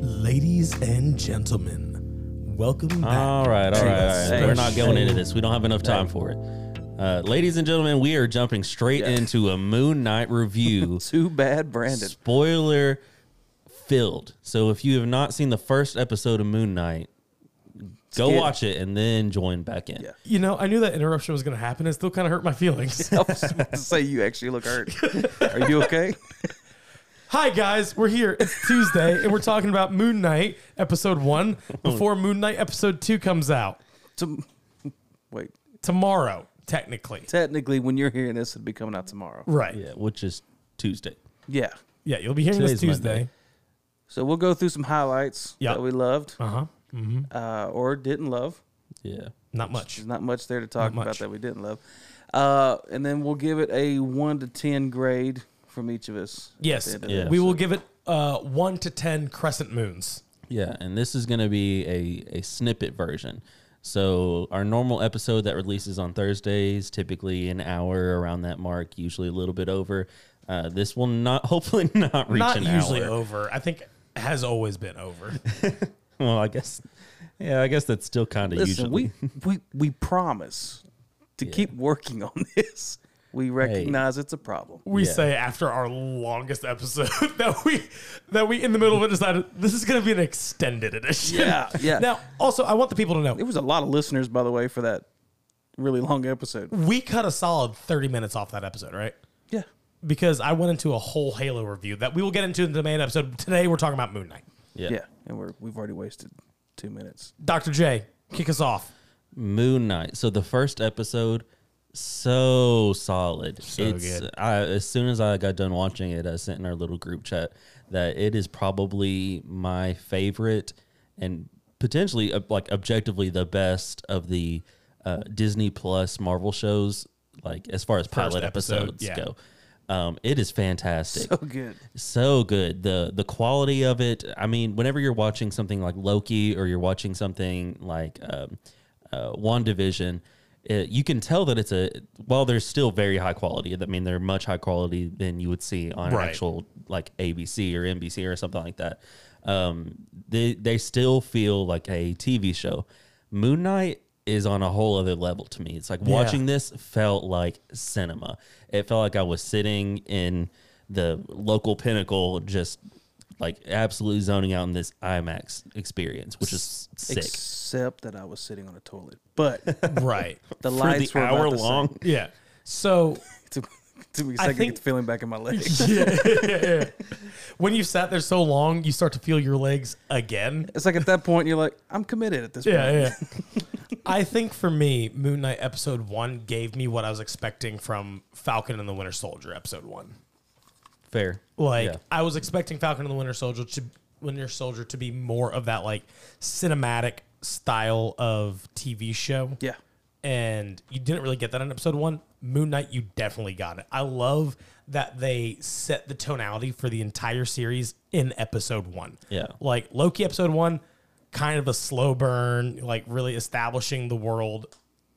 Ladies and gentlemen, welcome back. All right, all right, all to right. a We're not going into special- this. We don't have enough time for it. Uh, ladies and gentlemen, we are jumping straight into a Moon Knight review, Too bad, Brandon. spoiler filled. So if you have not seen the first episode of Moon Knight, go Skip. watch it and then join back in. Yeah. You know, I knew that interruption was going to happen. It still kind of hurt my feelings. I was about to say you actually look hurt. Are you okay? Hi, guys. We're here. It's Tuesday, and we're talking about Moon Knight, episode one, before Moon Knight, episode two comes out Tom- Wait. tomorrow, technically. Technically, when you're hearing this, it'd be coming out tomorrow. Right. Yeah, which is Tuesday. Yeah. Yeah, you'll be hearing this Today's Tuesday. So we'll go through some highlights Yeah. that we loved Uh huh. uh, or didn't love. Yeah. Not much. There's not much there to talk Not about much. that we didn't love. Uh, and then we'll give it a 1 to 10 grade from each of us. at the Yes. end of Yeah. this. We will give it uh, one to 10 crescent moons. Yeah, and this is going to be a, a snippet version. So our normal episode that releases on Thursdays, typically an hour around that mark, usually a little bit over. Uh, this will not, hopefully, not reach Not an usually hour. over. I think has always been over. Well, I guess, yeah, I guess that's still kind of usually. Listen, we, we, we promise to keep working on this. We recognize it's a problem. we Yeah. say after our longest episode that we that we in the middle of it decided this is going to be an extended edition. Yeah, yeah. Now, also, I want the people to know There was a lot of listeners, by the way, for that really long episode. we cut a solid thirty minutes off that episode, right? Yeah. Because I went into a whole Halo review that we will get into in the main episode. Today, we're talking about Moon Knight. yeah. Yeah. And we're, we've already wasted two minutes. Doctor J, kick us off. Moon Knight. So the first episode, so solid. So good. I, as soon as I got done watching it, I sent in our little group chat that it is probably my favorite and potentially uh, like objectively the best of the uh, Disney Plus Marvel shows. Like as far as pilot episode, episodes yeah. go, um, it is fantastic Oh, So good. so good the the quality of it i mean whenever you're watching something like loki or you're watching something like um, uh, wandavision it, you can tell that it's a while there's still very high quality i mean they're much high quality than you would see on Right. actual like abc or nbc or something like that um, they, they still feel like a tv show moon knight is on a whole other level to me it's like watching this felt like cinema. It felt like I was sitting in the local pinnacle, just like absolutely zoning out in this IMAX experience, which is sick. Except that I was sitting on a toilet. But Right. For the the lights were about hour the same. long, yeah. So Took, took me a second to think- get the feeling back in my legs. when you've sat there so long, you start to feel your legs again. It's like at that point, you're like, I'm committed at this point. Yeah, yeah. I think for me, Moon Knight episode one gave me what I was expecting from Falcon and the Winter Soldier episode one. fair. Like Yeah. I was expecting Falcon and the Winter Soldier to Winter Soldier to be more of that like cinematic style of TV show. Yeah. And you didn't really get that in episode one. Moon Knight, you definitely got it. I love that they set the tonality for the entire series in episode one. Yeah. Like Loki episode one, kind of a slow burn, like really establishing the world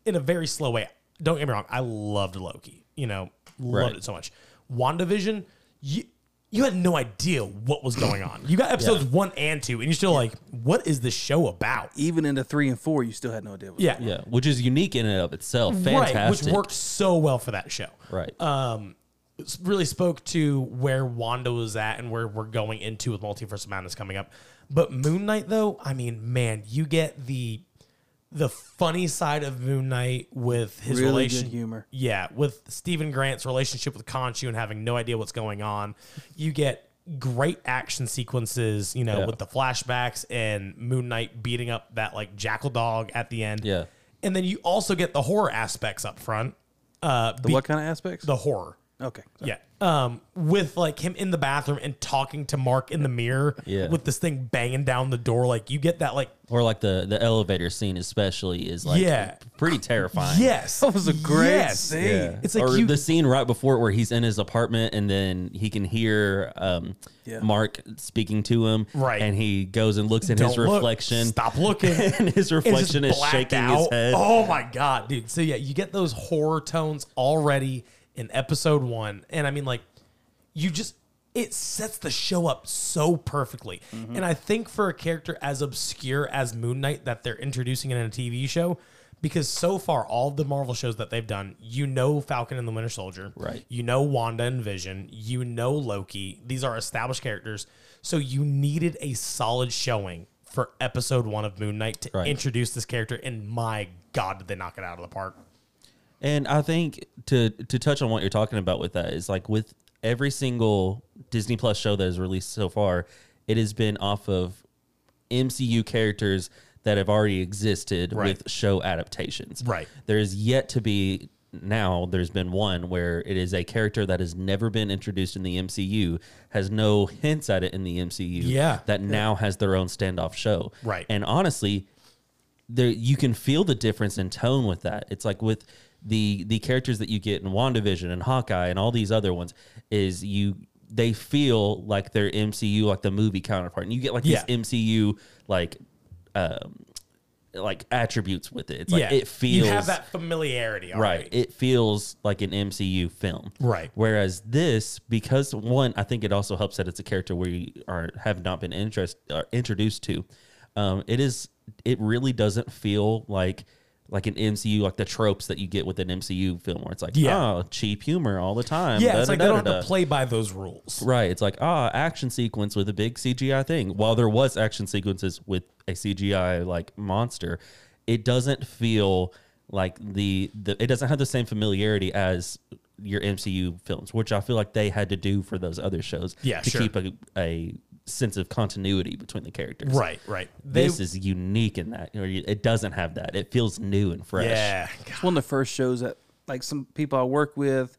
in a very slow way. Don't get me wrong, I loved Loki. You know, loved Right. it so much. WandaVision, you you had no idea what was going on. You got episodes one and two, and you're still like, what is this show about? Even into three and four, you still had no idea. What Yeah. Yeah, which is unique in and of itself. Fantastic. Right, which worked so well for that show. Right. Um, it's really spoke to where Wanda was at and where we're going into with Multiverse of Madness coming up. But Moon Knight, though, I mean, man, you get the the funny side of Moon Knight with his Really good relation humor. Yeah, with Stephen Grant's relationship with Conchu and having no idea what's going on. You get great action sequences, you know, Yeah. with the flashbacks and Moon Knight beating up that like jackal dog at the end. Yeah. And then you also get the horror aspects up front. Uh, The what kind of aspects? the horror. okay. Yeah. Um, with like him in the bathroom and talking to Mark in the mirror Yeah. with this thing banging down the door. Like you get that like or like the the elevator scene, especially, is like Yeah. pretty terrifying. yes. That was a great Yes. scene. Yeah. It's like or you- the scene right before it where he's in his apartment and then he can hear um, Yeah. Mark speaking to him. Right. And he goes and looks in Don't his look. reflection. Stop looking. And his It's just reflection is blacked shaking his out. head. Oh my god, dude. So yeah, you get those horror tones already in episode one. And I mean like you just it sets the show up so perfectly. Mm-hmm. And I think for a character as obscure as Moon Knight that they're introducing it in a TV show, because so far all the Marvel shows that they've done, you know Falcon and the Winter Soldier, Right. You know Wanda and Vision, you know Loki. These are established characters, so you needed a solid showing for episode one of Moon Knight to Right. introduce this character. And my God, did they knock it out of the park? And I think to to touch on what you're talking about with that is like with every single Disney Plus show that is released so far, it has been off of MCU characters that have already existed Right. with show adaptations. Right. There is yet to be now there's been one where it is a character that has never been introduced in the MCU, has no hints at it in the MCU. Yeah. That now has their own standoff show. Right. And honestly, there you can feel the difference in tone with that. It's like with the the characters that you get in WandaVision and Hawkeye and all these other ones is you they feel like they're MCU like the movie counterpart. And you get like Yeah. this MCU like um like attributes with it. It's like yeah, it feels you have that familiarity, all right. It feels like an MCU film. Right. Whereas this, because one, I think it also helps that it's a character we are have not been interest uh, introduced to. Um, it is. It really doesn't feel like like an MCU, like the tropes that you get with an MCU film, where it's like, Yeah. oh, cheap humor all the time. Yeah, it's like they don't da-da-da-da-da." have to play by those rules. Right. It's like, ah, action sequence with a big CGI thing. While there was action sequences with a CGI like monster, it doesn't feel like the, the it doesn't have the same familiarity as your MCU films, which I feel like they had to do for those other shows. Yeah, to sure. keep a, a sense of continuity between the characters. Right, right. They, This is unique in that. or you- It doesn't have that. It feels new and fresh. yeah, It's one of the first shows that, like, some people I work with,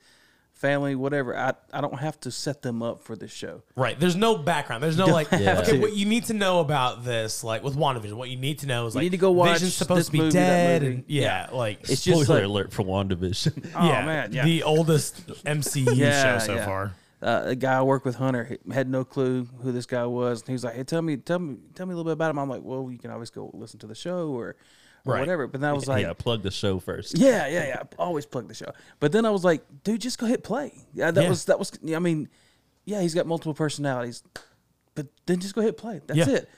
family, whatever. I, I don't have to set them up for this show. right. There's no background. There's no like. have Okay, to. what you need to know about this, like with WandaVision, what you need to know is like need to go watch Vision's supposed this to be movie, that dead, movie. and yeah, like It's Spoiler just like, alert for WandaVision. oh yeah, man, yeah. the oldest MCU Yeah, show so yeah. far. uh, a guy I worked with, Hunter, he had no clue who this guy was, and he was like, "Hey, tell me, tell me, tell me a little bit about him." I'm like, "Well, you can always go listen to the show or, or Right. whatever." But then I was like, yeah, plug the show first. "Yeah, yeah, yeah." I always plug the show. But then I was like, "Dude, just go hit play." Yeah, that Yeah. was that was. I mean, yeah, he's got multiple personalities, but then just go hit play. That's Yeah. it.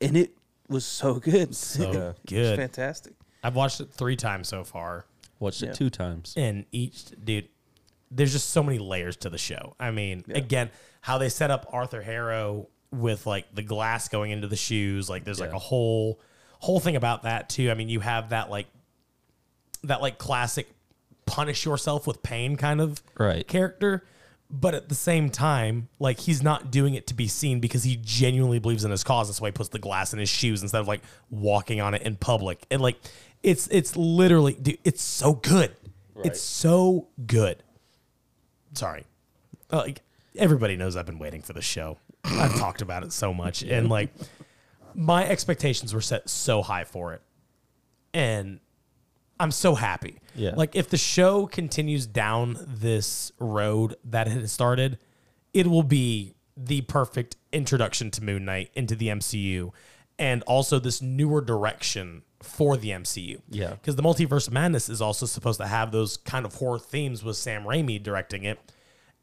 And it was so good, So It was good. fantastic. I've watched it three times so far, Watched Yeah. it two times. and each dude, there's just so many layers to the show. I mean, again, how they set up Arthur Harrow with like the glass going into the shoes, like there's like Yeah. a whole whole thing about that too. I mean, you have that like that like classic punish yourself with pain kind of Right. character. But at the same time, like he's not doing it to be seen because he genuinely believes in his cause. That's why he puts the glass in his shoes instead of like walking on it in public. And like it's it's literally dude, it's so good. Right. It's so good. Sorry. Uh, Like everybody knows I've been waiting for this show. I've talked about it so much. And like my expectations were set so high for it. And I'm so happy. Yeah. Like if the show continues down this road that it has started, it will be the perfect introduction to Moon Knight into the MCU and also this newer direction for the MCU. Yeah. Because the Multiverse of Madness is also supposed to have those kind of horror themes with Sam Raimi directing it.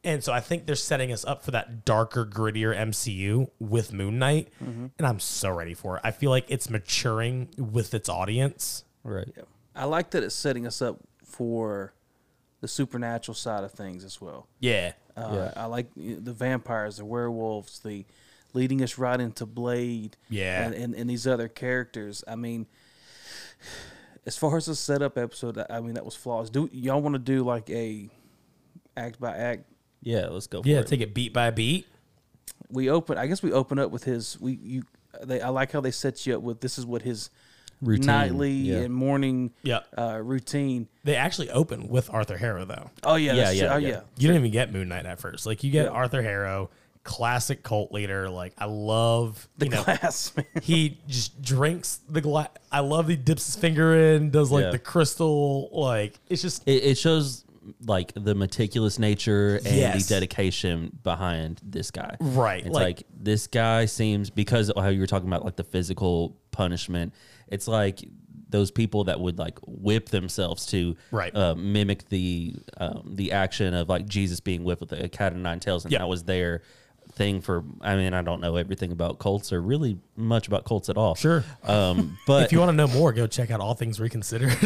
And so I think they're setting us up for that darker, grittier MCU with Moon Knight. And I'm so ready for it. I feel like it's maturing with its audience. Right. I like that it's setting us up for the supernatural side of things as well. Yeah. Uh, I like you know, the vampires, the werewolves, the leading us right into Blade. Yeah. And, and, and these other characters. I mean, as far as the setup episode, I- I mean, that was flawless. Do y'all want to do like a act by act? Yeah, let's go. For Yeah, it. take it beat by beat. We open. I guess we open up with his. We you. They, I like how they set you up with this is what his Routine, nightly yeah. and morning Yeah. uh, routine. They actually open with Arthur Harrow, though. Oh yeah, Yeah, that's yeah, true. yeah. oh yeah. You don't even get Moon Knight at first. Like, you get Yeah. Arthur Harrow, classic cult leader. Like, I love, The you know, glass man. he just drinks the glass. I love he dips his finger in, does like Yeah. the crystal. Like, it's just, It, it shows like the meticulous nature and Yes. the dedication behind this guy. Right, It's like- like, this guy seems because of how you were talking about like the physical punishment. It's like those people that would like whip themselves to Right. uh, mimic the um, the action of like Jesus being whipped with a cat of nine tails, and Yeah. that was their thing for. I mean, I don't know everything about cults or really much about cults at all. Sure. um, but If you want to know more, go check out All Things Reconsidered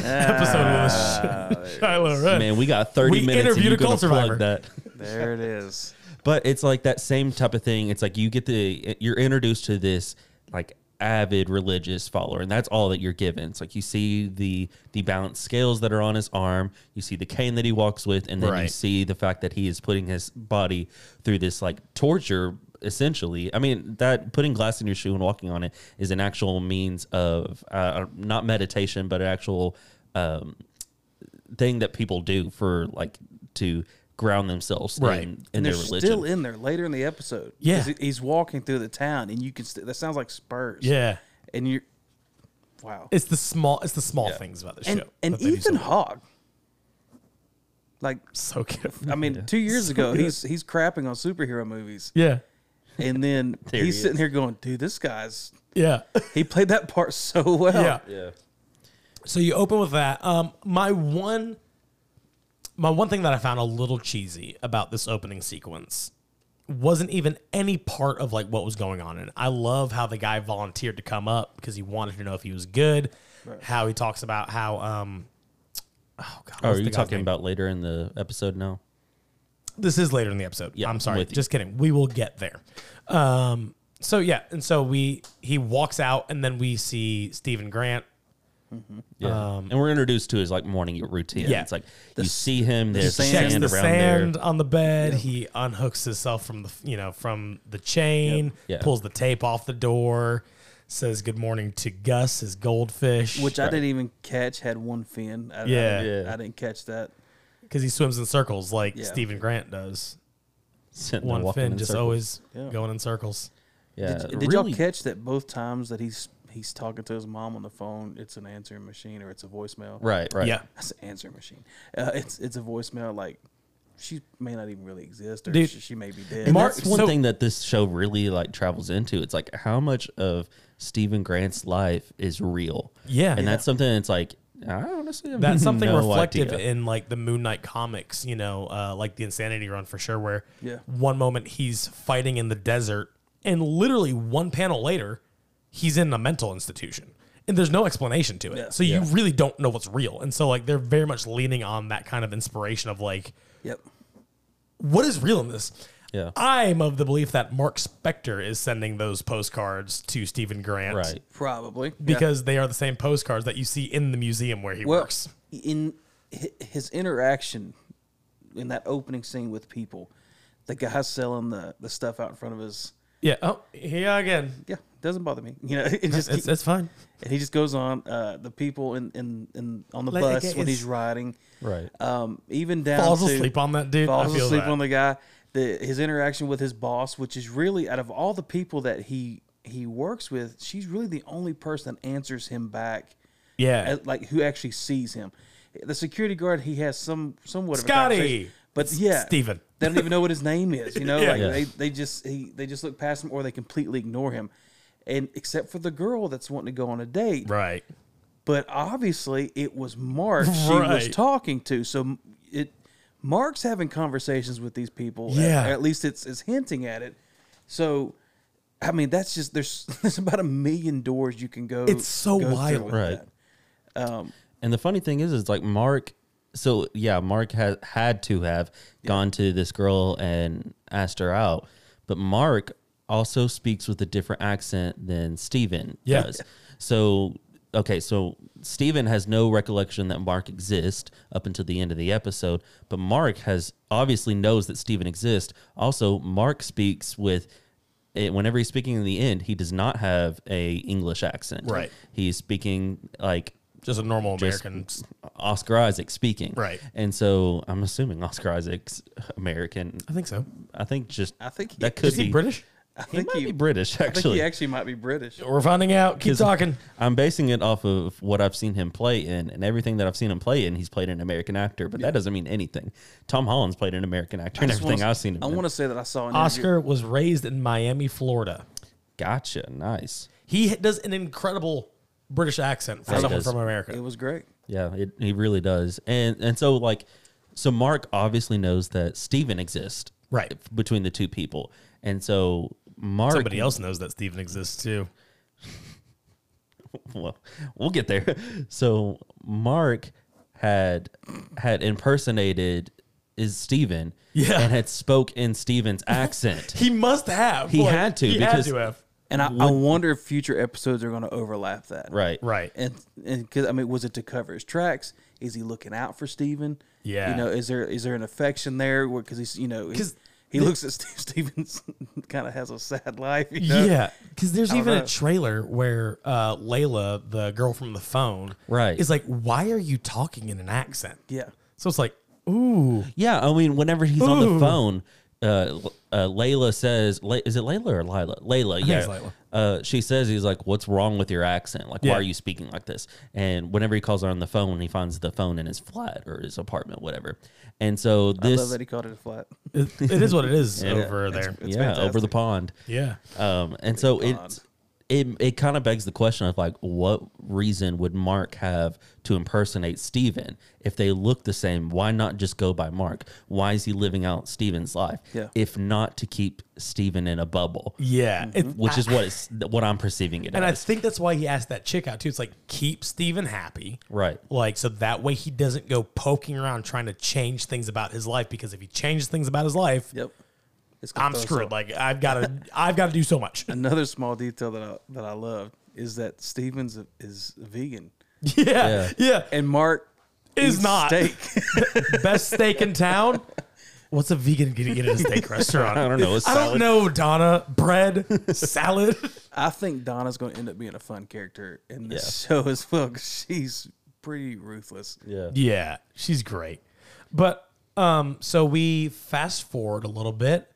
episode with Sh- Shiloh Red. man, we got thirty We minutes. and interviewed you're a cult gonna plug survivor. That. There it is. but it's like that same type of thing. It's like you get the eh, you're introduced to this like avid religious follower, and that's all that you're given. It's like you see the the balanced scales that are on his arm, you see the cane that he walks with, and then you Right. see the fact that he is putting his body through this like torture. Essentially, I mean that putting glass in your shoe and walking on it is an actual means of uh, not meditation, but an actual um, thing that people do for like to ground themselves Right. in, in And their they're religion. still in there later in the episode. 'Cause Yeah. he- he's walking through the town, and you can. St- that sounds like Spurs. Yeah. and you're, wow. It's the small it's the small things about the show. and and that they do Ethan Hawke, like so good. I mean, two years ago he's he's crapping on superhero movies, Yeah. and then he he's is. sitting here going, "Dude, this guy's Yeah. he played that part so well." yeah. Yeah. So you open with that. Um, my one, my one thing that I found a little cheesy about this opening sequence wasn't even any part of like what was going on. And I love how the guy volunteered to come up because he wanted to know if he was good. How he talks about how um, oh god, Oh, what's are the you guy's talking name? about later in the episode now? this is later in the episode. Yeah, I'm I'm sorry. with you. Just kidding. We will get there. Um, so yeah, and so we he walks out, and then we see Stephen Grant. Yeah. and we're introduced to his like morning routine. Um, Yeah. It's like you see him, there's sand- sand, checks the around sand there. on the bed. He unhooks himself from the you know from the chain, Yep. Yeah. pulls the tape off the door, says good morning to Gus, his goldfish, which I didn't even catch had one fin. I, I Yeah. didn't- Yeah. I didn't catch that. because he swims in circles like Yeah. Stephen Grant does. Sitting there One walking fin in just circles. always Yeah. going in circles. Yeah. Did really- y'all catch that both times that he's he's talking to his mom on the phone? It's an answering machine or it's a voicemail. Right, right. Yeah, That's an answering machine. Uh, it's it's a voicemail. Like she may not even really exist, or Dude. she, she may be dead. And Mark- that's one so- thing that this show really like travels into. It's like how much of Stephen Grant's life is real. Yeah. And Yeah. that's something that's like I honestly have that's something no reflective idea. in like the Moon Knight comics, you know, uh, like the Insanity Run for sure, where Yeah. one moment he's fighting in the desert, and literally one panel later, he's in a mental institution, and there's no explanation to it. So you really don't know what's real, and so like they're very much leaning on that kind of inspiration of like Yep. what is real in this? Yeah. I'm of the belief that Mark Spector is sending those postcards to Stephen Grant, right. Probably Yeah. Because they are the same postcards that you see in the museum where he well, works. in hi- his interaction in that opening scene with people, the guy selling the the stuff out in front of us. Yeah. Oh, here again. Yeah, doesn't bother me. You know, it just It's, it's fine. and he just goes on. Uh, the people in in, in on the Like, bus it when is- he's riding, Right. um, even down Falls to, asleep on that dude. I falls feel asleep that. on the guy. The his interaction with his boss, which is really out of all the people that he he works with, she's really the only person that answers him back, Yeah. uh, like who actually sees him. The security guard he has some somewhat of a Scotty! conversation, but yeah, Steven. They don't even know what his name is. You know, Yeah. like Yeah. they they just he they just look past him or they completely ignore him. And except for the girl that's wanting to go on a date, Right. but obviously it was Mark she was Right. talking to. So it Mark's having conversations with these people. Yeah. At, at least it's it's hinting at it. So I mean that's just there's there's about a million doors you can go. It's so go through wild. with Right. that. And the funny thing is, it's like Mark. So yeah, Mark has had to have gone to this girl and asked her out, but Mark also speaks with a different accent than Steven Yeah. does. So okay, so Steven has no recollection that Mark exists up until the end of the episode, but Mark has obviously knows that Steven exists. Also, Mark speaks with it, whenever he's speaking in the end, he does not have a English accent. Right. He's speaking like Just a normal Just- American. Oscar Isaac speaking. Right. And so I'm assuming Oscar Isaac's American. I think so. I think just I think he- that could Is be he British? I He think might he, be British I think actually. he actually might be British. We're finding out. Keep talking. I'm basing it off of what I've seen him play in, and everything that I've seen him play in, he's played an American actor, but that doesn't mean anything. Tom Holland's played an American actor, and just everything wanna- I've seen him. I in. want to say that I saw an interview- Oscar was raised in Miami, Florida. Gotcha. Nice. He does an incredible British accent for Yeah, he someone does. from America. It was great. Yeah, it, he really does. And and so like so Mark obviously knows that Steven exists. Right. between the two people. And so Mark Somebody else knows that Steven exists too. well, we'll get there. So Mark had had impersonated is Steven Yeah. and had spoke in Steven's accent. He must have. He had to, He because- had to have. And I, I wonder if future episodes are going to overlap that. right. Right. And and because I mean, was it to cover his tracks? Is he looking out for Steven? Yeah. You know, is there is there an affection there? Because he's you know 'Cause because he looks at Steve Stevens, kind of has a sad life. You know? Yeah, because there's even know. a trailer where uh, Layla, the girl from the phone, Right. is like, "Why are you talking in an accent?" Yeah. So it's like, "Ooh, Yeah, I mean, whenever he's on the Ooh. phone, uh, uh, Layla says, La- "Is it Layla or Lila?" Layla, yeah. it's Layla. Uh, she says, "He's like, what's wrong with your accent? Like, Yeah. why are you speaking like this?" And whenever he calls her on the phone, he finds the phone in his flat or his apartment, whatever. And so I this, love that he called it a flat. it, it is what it is over there." It's yeah, over the fantastic. pond. Yeah, Um, and so it's it it kind of begs the question of like, what reason would Mark have to impersonate Steven if they look the same? Why not just go by Mark? Why is he living out Steven's life? Yeah. If not to keep Steven in a bubble, yeah. It- which is what it's what I'm perceiving it and I as. think that's why he asked that chick out too. It's like keep Steven happy, right. like so that way he doesn't go poking around trying to change things about his life. Because if he changes things about his life, Yep. It's gonna I'm throw us screwed. off. Like I've got to, I've got to do so much. Another small detail that I that I loved is that Stevens is vegan yeah, yeah. and Mark Is eats not. steak. Best steak in town. What's a vegan gonna get at a steak restaurant? I don't know. It's I don't solid. know, Donna. Bread, salad. I think Donna's going to end up being a fun character in this show as well 'cause she's pretty ruthless. Yeah. yeah, she's great. But um, so we fast forward a little bit,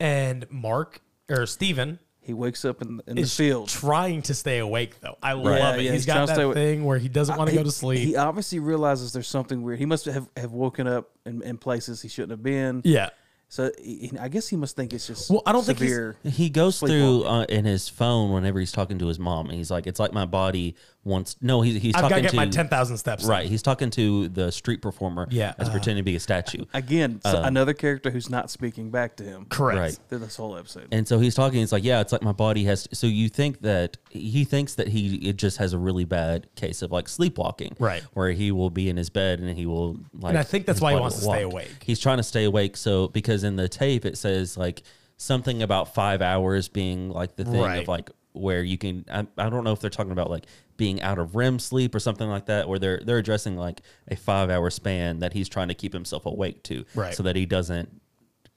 and Mark or Steven He wakes up in, in the is field. trying to stay awake though. I Yeah, love it. yeah, he's he's got trying to stay that awa- thing where he doesn't want to he, go to sleep. He obviously realizes there's something weird. He must have, have woken up in, in places he shouldn't have been. yeah. So he, I guess he must think it's just Well, I don't think he's- severe. He goes through uh, in his phone whenever he's talking to his mom, and he's like, "It's like my body wants." No, he's he's I've got to talking get my to- ten thousand steps. in. Right, he's talking to the street performer. Yeah, as uh, pretending to be a statue. Again, so Uh-huh. another character who's not speaking back to him Correct. Right. through this whole episode. And so he's talking. It's like, yeah, it's like my body has. so you think that he thinks that he it just has a really bad case of like sleepwalking, Right. Where he will be in his bed and he will like. I think that's his why he body wants to will stay walk. awake. He's trying to stay awake. So because in the tape it says like something about five hours being like the thing Right. of like where you can. I, I don't know if they're talking about like being out of REM sleep or something like that, where they're they're addressing like a five hour span that he's trying to keep himself awake to, Right. So that he doesn't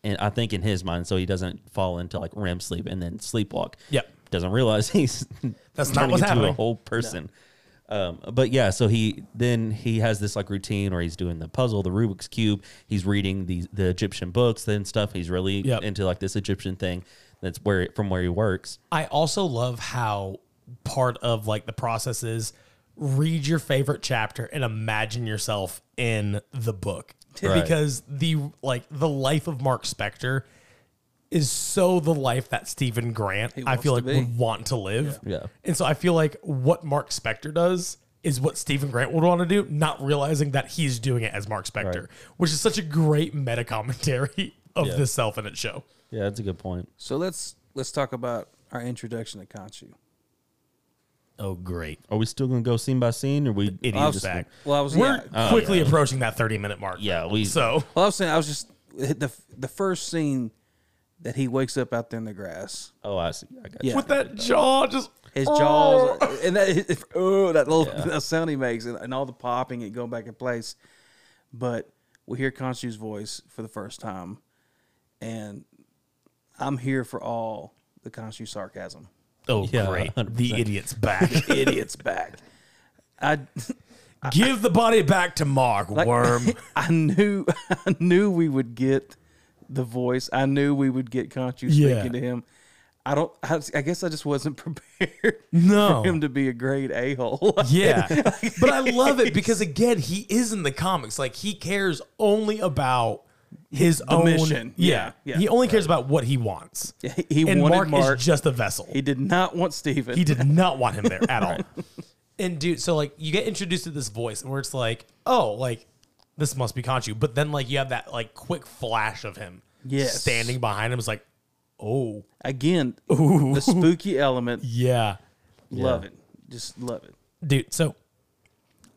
and I think in his mind, so he doesn't fall into like REM sleep and then sleepwalk. Yep. Doesn't realize he's That's not turning what's into a happening. whole person. Um, but yeah, so he then he has this like routine where he's doing the puzzle, the Rubik's cube. He's reading the the Egyptian books and stuff. He's really Yep. into like this Egyptian thing. That's where from where he works. I also love how part of like the process is read your favorite chapter and imagine yourself in the book Right. because the like the life of Mark Spector is so the life that Stephen Grant I wants feel like to be. would want to live. Yeah. Yeah. And so I feel like what Mark Spector does is what Stephen Grant would want to do, not realizing that he's doing it as Mark Spector, Right. which is such a great meta commentary of Yeah. this self in its show. Yeah, that's a good point. So let's let's talk about our introduction to Kanchu. Oh great. Are we still gonna go scene by scene or we Oh, It I'll is just- back. Well, I was We're yeah. quickly approaching that 30 minute mark. Yeah, we So, Well, I was saying I was just the the first scene that he wakes up out there in the grass. Oh, I see. I got Yeah. with that jaw just. His jaws and that oh that little that sound he makes and, and all the popping and going back in place. But we hear Conchu's voice for the first time, and I'm here for all the Conchu sarcasm. Oh, Yeah, great. 100%. The idiot's back. Idiot's back. I Give the body back to Mark, worm. I knew I knew we would get the voice. I knew we would get Conchu Yeah. speaking to him. I don't. I, was- I guess I just wasn't prepared No. for him to be a great a hole. Yeah. But I love it because, again, he is in the comics. Like, he cares only about his own mission. Yeah. Yeah, yeah. He only cares about what he wants. he, he and wanted Mark, Mark. is just a vessel. he did not want Steven. He did not want him there at all. And dude, so like you get introduced to this voice where it's like, oh, like this must be Conchu. But then like you have that like quick flash of him Yes. standing behind him is like, oh Again, the spooky element. yeah, Love it. Just love it. dude. So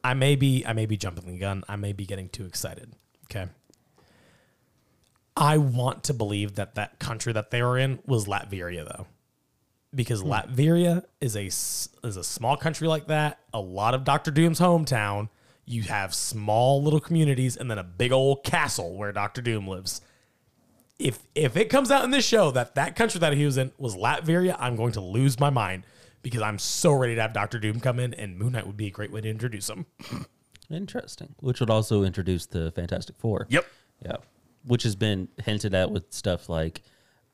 I may be I may be jumping the gun. I may be getting too excited. Okay. I want to believe that that country that they were in was Latveria though. Because Latveria is a s- is a small country like that, a lot of Doctor Doom's hometown. You have small little communities and then a big old castle where Doctor Doom lives. If if it comes out in this show that that country that he was in was Latveria, I'm going to lose my mind because I'm so ready to have Doctor Doom come in and Moon Knight would be a great way to introduce him. Interesting. Which would also introduce the Fantastic Four. Yep. Yeah. Which has been hinted at with stuff like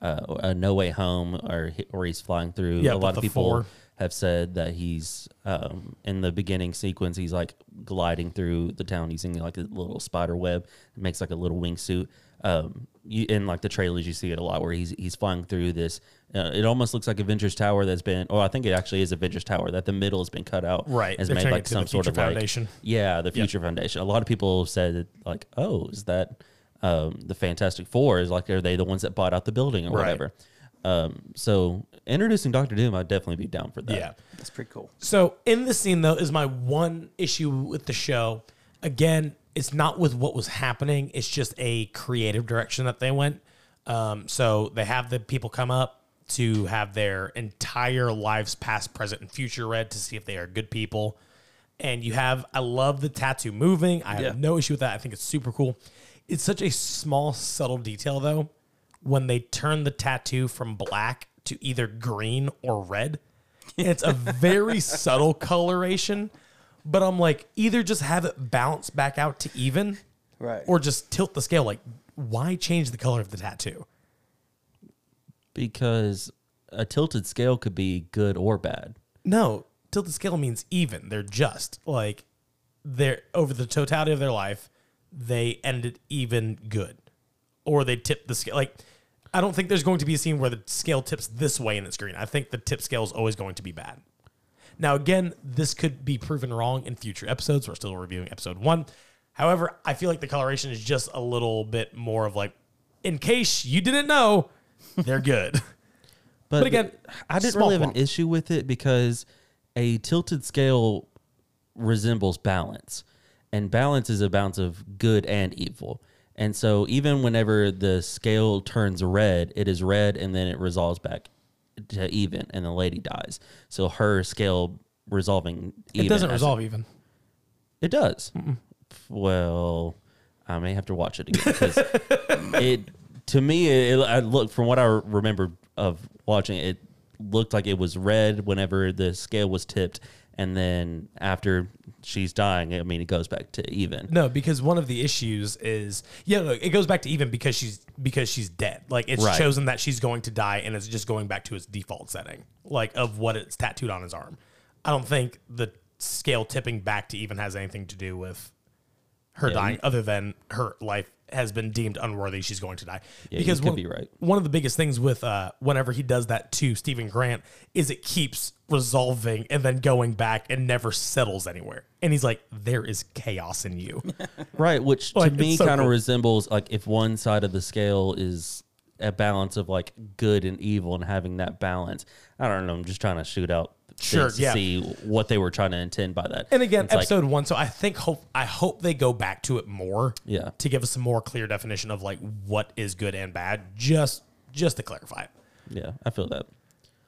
uh, a No Way Home or or he's flying through. Yeah, a with lot the of people four. have said that he's um, in the beginning sequence. He's like gliding through the town using like a little spider web. It makes like a little wingsuit. Um, you, in like the trailers, you see it a lot where he's he's flying through this. Uh, it almost looks like Avengers Tower that's been. Oh, I think it actually is Avengers Tower that the middle has been cut out. Right. has They're made turning it like to the some sort future of like- foundation. yeah, the Future Foundation. A lot of people said that, like, oh, is that um, the Fantastic Four? Is like, are they the ones that bought out the building or Right. whatever? Um, so introducing Doctor Doom, I'd definitely be down for that. Yeah. That's pretty cool. So in this scene though is my one issue with the show. Again, it's not with what was happening. It's just a creative direction that they went. Um, so they have the people come up to have their entire lives, past, present, and future read to see if they are good people. And you have, I love the tattoo moving. I have Yeah. no issue with that. I think it's super cool. It's such a small, subtle detail though. When they turn the tattoo from black to either green or red, and it's a very subtle coloration. But I'm like, either just have it bounce back out to even, Right. or just tilt the scale. Like, why change the color of the tattoo? because a tilted scale could be good or bad. No, tilt the scale means even. They're just like they're over the totality of their life, they ended even good. Or they tip the scale like I don't think there's going to be a scene where the scale tips this way in the screen. I think the tip scale is always going to be bad. Now again, this could be proven wrong in future episodes. We're still reviewing episode 1. However, I feel like the coloration is just a little bit more of like in case you didn't know, they're good. But, But again, I didn't small really have an problem. issue with it because a tilted scale resembles balance, and balance is a balance of good and evil. And so, even whenever the scale turns red, it is red, and then it resolves back to even, and the lady dies. So her scale resolving even it doesn't as- resolve even. It does. Well, I may have to watch it again because it to me it, it- I look from what I remember of watching it looked like it was red whenever the scale was tipped and then after she's dying I mean it goes back to even. No, because one of the issues is yeah, look, it goes back to even because she's because she's dead. Like it's Right. chosen that she's going to die, and it's just going back to its default setting, like of what it's tattooed on his arm. I don't think the scale tipping back to even has anything to do with her dying, other than her life has been deemed unworthy. She's going to die you could one, be right. One of the biggest things with uh, whenever he does that to Stephen Grant is it keeps resolving and then going back and never settles anywhere. And he's like, "There is chaos in you." Right, which Like, to it's me so kind of cool. resembles like if one side of the scale is a balance of like good and evil and having that balance. I don't know, I'm just trying to shoot out Sure, things to yeah. see what they were trying to intend by that. And again, It's like- episode one. So I think hope I hope they go back to it more. Yeah. To give us a more clear definition of like what is good and bad, just just to clarify. it. yeah, I feel that.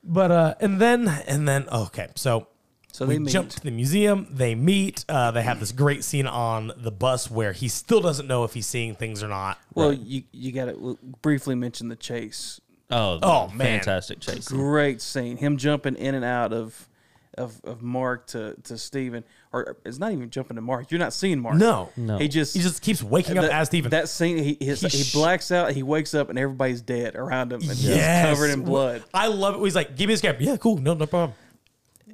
But uh, and then and then okay, so So we they meet. jump to the museum. They meet. Uh, they have this great scene on the bus where he still doesn't know if he's seeing things or not. Well, you you got to briefly mention the chase. Oh, Oh, the man. fantastic chase! Great scene. Him jumping in and out of of, of Mark to to Steven. or it's not even jumping to Mark. You're not seeing Mark. No. No. He just He just keeps waking up that, as Steven. That scene, he his, He he, sh- blacks out. He wakes up and everybody's dead around him. And he's Yes. covered in blood. I love it. He's like, "Give me a scab." Yeah, cool. No, no problem.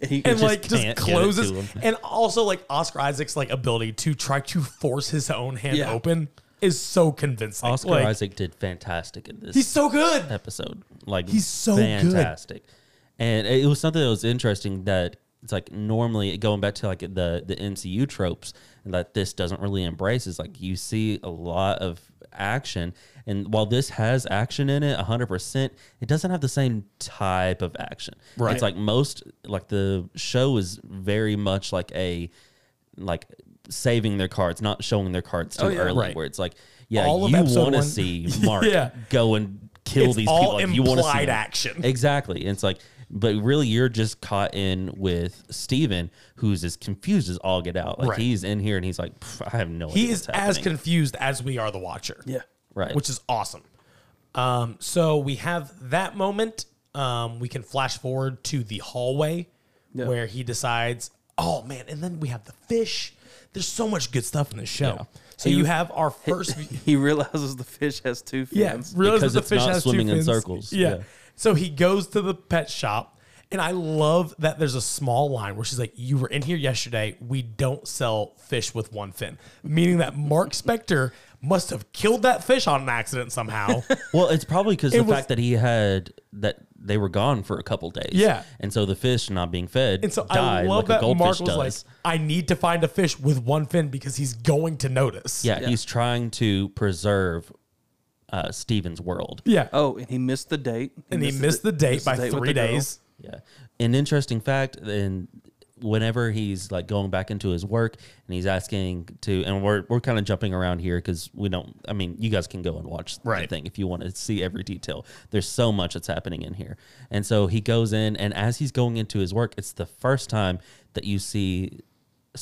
And he- and just like just can't get it closes to him. and also like Oscar Isaac's like ability to try to force his own hand Yeah. open is so convincing. Oscar Like, Isaac did fantastic in this He's so good. episode. Like He's so good. fantastic, and it was something that was interesting. That it's like normally going back to like the the MCU tropes and that this doesn't really embrace is like you see a lot of action. And while this has action in it, 100%, it doesn't have the same type of action. Right. It's like most, like the show is very much like a, like saving their cards, not showing their cards too yeah. early, Oh, Right. where it's like, yeah, All of you episode want to one- see Mark Yeah. go and kill It's these all people. Like, you want to see implied them. action. Exactly. And it's like, but really, you're just caught in with Steven, who's as confused as all get out. Like Right. he's in here and he's like, "Pff, I have no idea. He what's is as happening." confused as we are the watcher. Yeah. right. which is awesome. Um, so we have that moment. Um, we can flash forward to the hallway where he decides, oh man, and then we have the fish. There's so much good stuff in this show. So you have our first. He realizes the fish has two yeah, fins. realize Because that the it's fish not has two swimming in fins. circles. Yeah. Yeah. So he goes to the pet shop, and I love that there's a small line where she's like, "You were in here yesterday. We don't sell fish with one fin," meaning that Mark Spector must have killed that fish on an accident somehow. well, it's probably because the It was- fact that he had that they were gone for a couple days. Yeah. And so the fish not being fed And so I died love like a that Mark goldfish was does. like, I need to find a fish with one fin because he's going to notice. yeah, he's trying to preserve uh, Steven's world. Yeah. Oh, and he missed the date. and he missed the date by date with three the girl. days. Yeah. An interesting fact, and whenever he's like going back into his work and he's asking to, and we're, we're kind of jumping around here because we don't, I mean, you guys can go and watch Right. the thing if you want to see every detail. There's so much that's happening in here. And so he goes in, and as he's going into his work, it's the first time that you see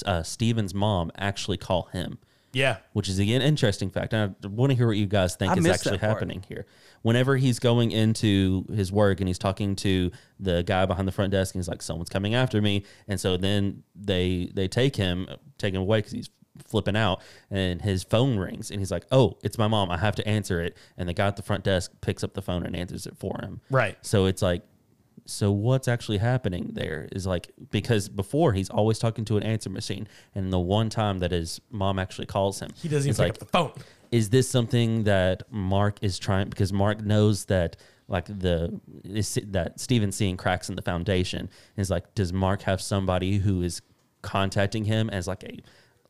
uh, Steven's mom actually call him Yeah. which is an interesting fact. And I want to hear what you guys think I is missed that actually part. happening here. Whenever he's going into his work and he's talking to the guy behind the front desk, and he's like, "Someone's coming after me," and so then they they take him, take him away because he's flipping out, and his phone rings, and he's like, "Oh, it's my mom. I have to answer it." And the guy at the front desk picks up the phone and answers it for him. Right. So it's like. So what's actually happening there is like because before he's always talking to an answer machine, and the one time that his mom actually calls him, He doesn't even it's pick like, up the phone. is this something that Mark is trying because Mark knows that like the is that Steven's seeing cracks in the foundation is like does Mark have somebody who is contacting him as like a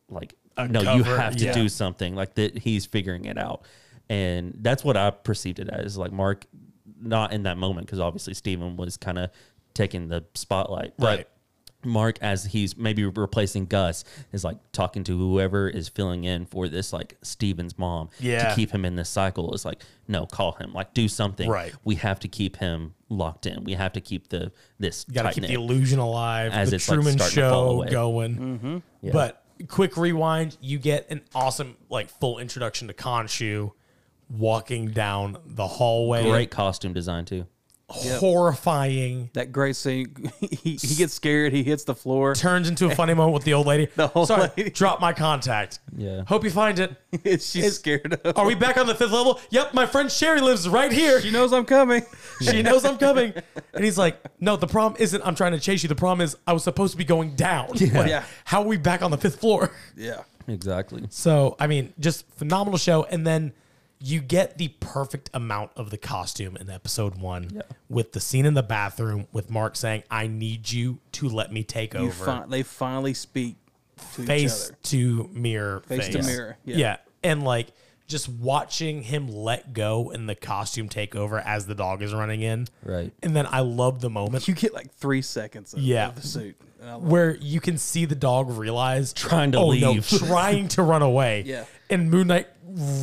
like no you cover, have to yeah. do something like that he's figuring it out and that's what I perceived it as like Mark not in that moment because obviously Steven was kind of taking the spotlight but Right. Mark, as he's maybe replacing Gus, is like talking to whoever is filling in for this, like Steven's mom, Yeah. to keep him in this cycle. Is like, no, call him, like do something. Right. We have to keep him locked in. We have to keep the this Got to tight keep the knit. illusion alive, As the it's, like, Truman starting to fall Show away. going. Mm-hmm. But quick rewind, you get an awesome, like, full introduction to Khonshu walking down the hallway. Great costume design too. Horrifying. That great scene. He, he gets scared. He hits the floor. Turns into a funny moment with the old lady. The old Sorry, lady. drop my contact. Yeah. Hope you find it. She's scared of. Are we back on the fifth level? Yep, my friend Sherry lives right here. She knows I'm coming. She knows I'm coming. And he's like, No, the problem isn't I'm trying to chase you. The problem is I was supposed to be going down. Like, Yeah. How are we back on the fifth floor? Yeah. Exactly. So, I mean, just phenomenal show. And then you get the perfect amount of the costume in episode one with the scene in the bathroom with Mark saying, I need you to let me take You over. fin- they finally speak to each face other. to mirror Face to mirror, yeah. yeah. and like just watching him let go and the costume take over as the dog is running in Right. and then i love the moment You get like three seconds of, Yeah. of the suit. And I love- where you can see the dog realize Trying to oh, no, leave. trying to run away Yeah. and moon knight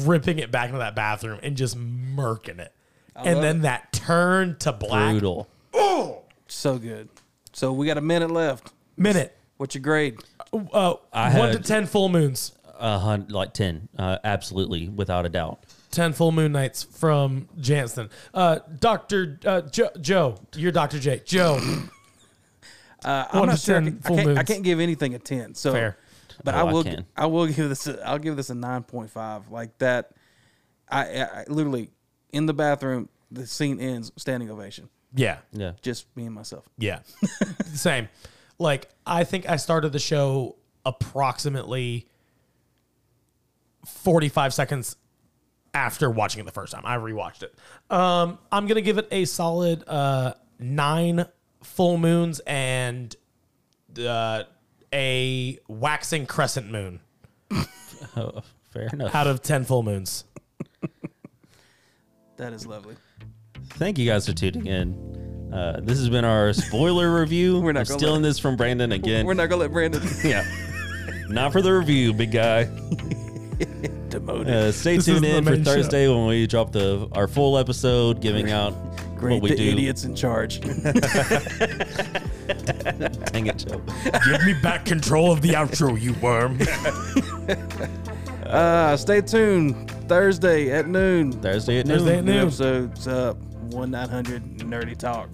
ripping it back into that bathroom and just murking it and love then that turn to black Brutal. so good. So we got a minute left. minute What's your grade? uh, I one to had- ten full moons A hun- like ten, uh, absolutely, without a doubt. 10 full moon nights from Jansen. Uh, Dr. Uh, jo- Joe, you're Dr. J. Joe, Uh, I'm One not to sure. I, 10 can, I full can't, I moons. can't give anything a ten. So, Fair. but Oh, I I will. I, can. will will give this. A, I'll give this a nine point five. Like that. I, I, I literally in the bathroom. The scene ends standing ovation. yeah, Yeah. Just me and myself. yeah, same. Like, I think I started the show approximately 45 seconds after watching it the first time. I rewatched it. Um, I'm gonna give it a solid uh nine full moons and uh, a waxing crescent moon Oh, fair enough. out of 10 full moons. That is lovely. Thank you guys for tuning in. Uh, this has been our spoiler review. We're not I'm gonna stealing let- this from Brandon again. We're not gonna let Brandon yeah. Not for the review, big guy. demote it. Uh, stay is tuned the in for main show. Thursday when we drop the our full episode, giving out Great, what we the do. idiots in charge. Dang it, Joe. Give me back control of the outro, you worm. Uh, stay tuned Thursday at noon. Thursday at noon. Thursday at New noon. episodes up. One nine hundred nerdy talk.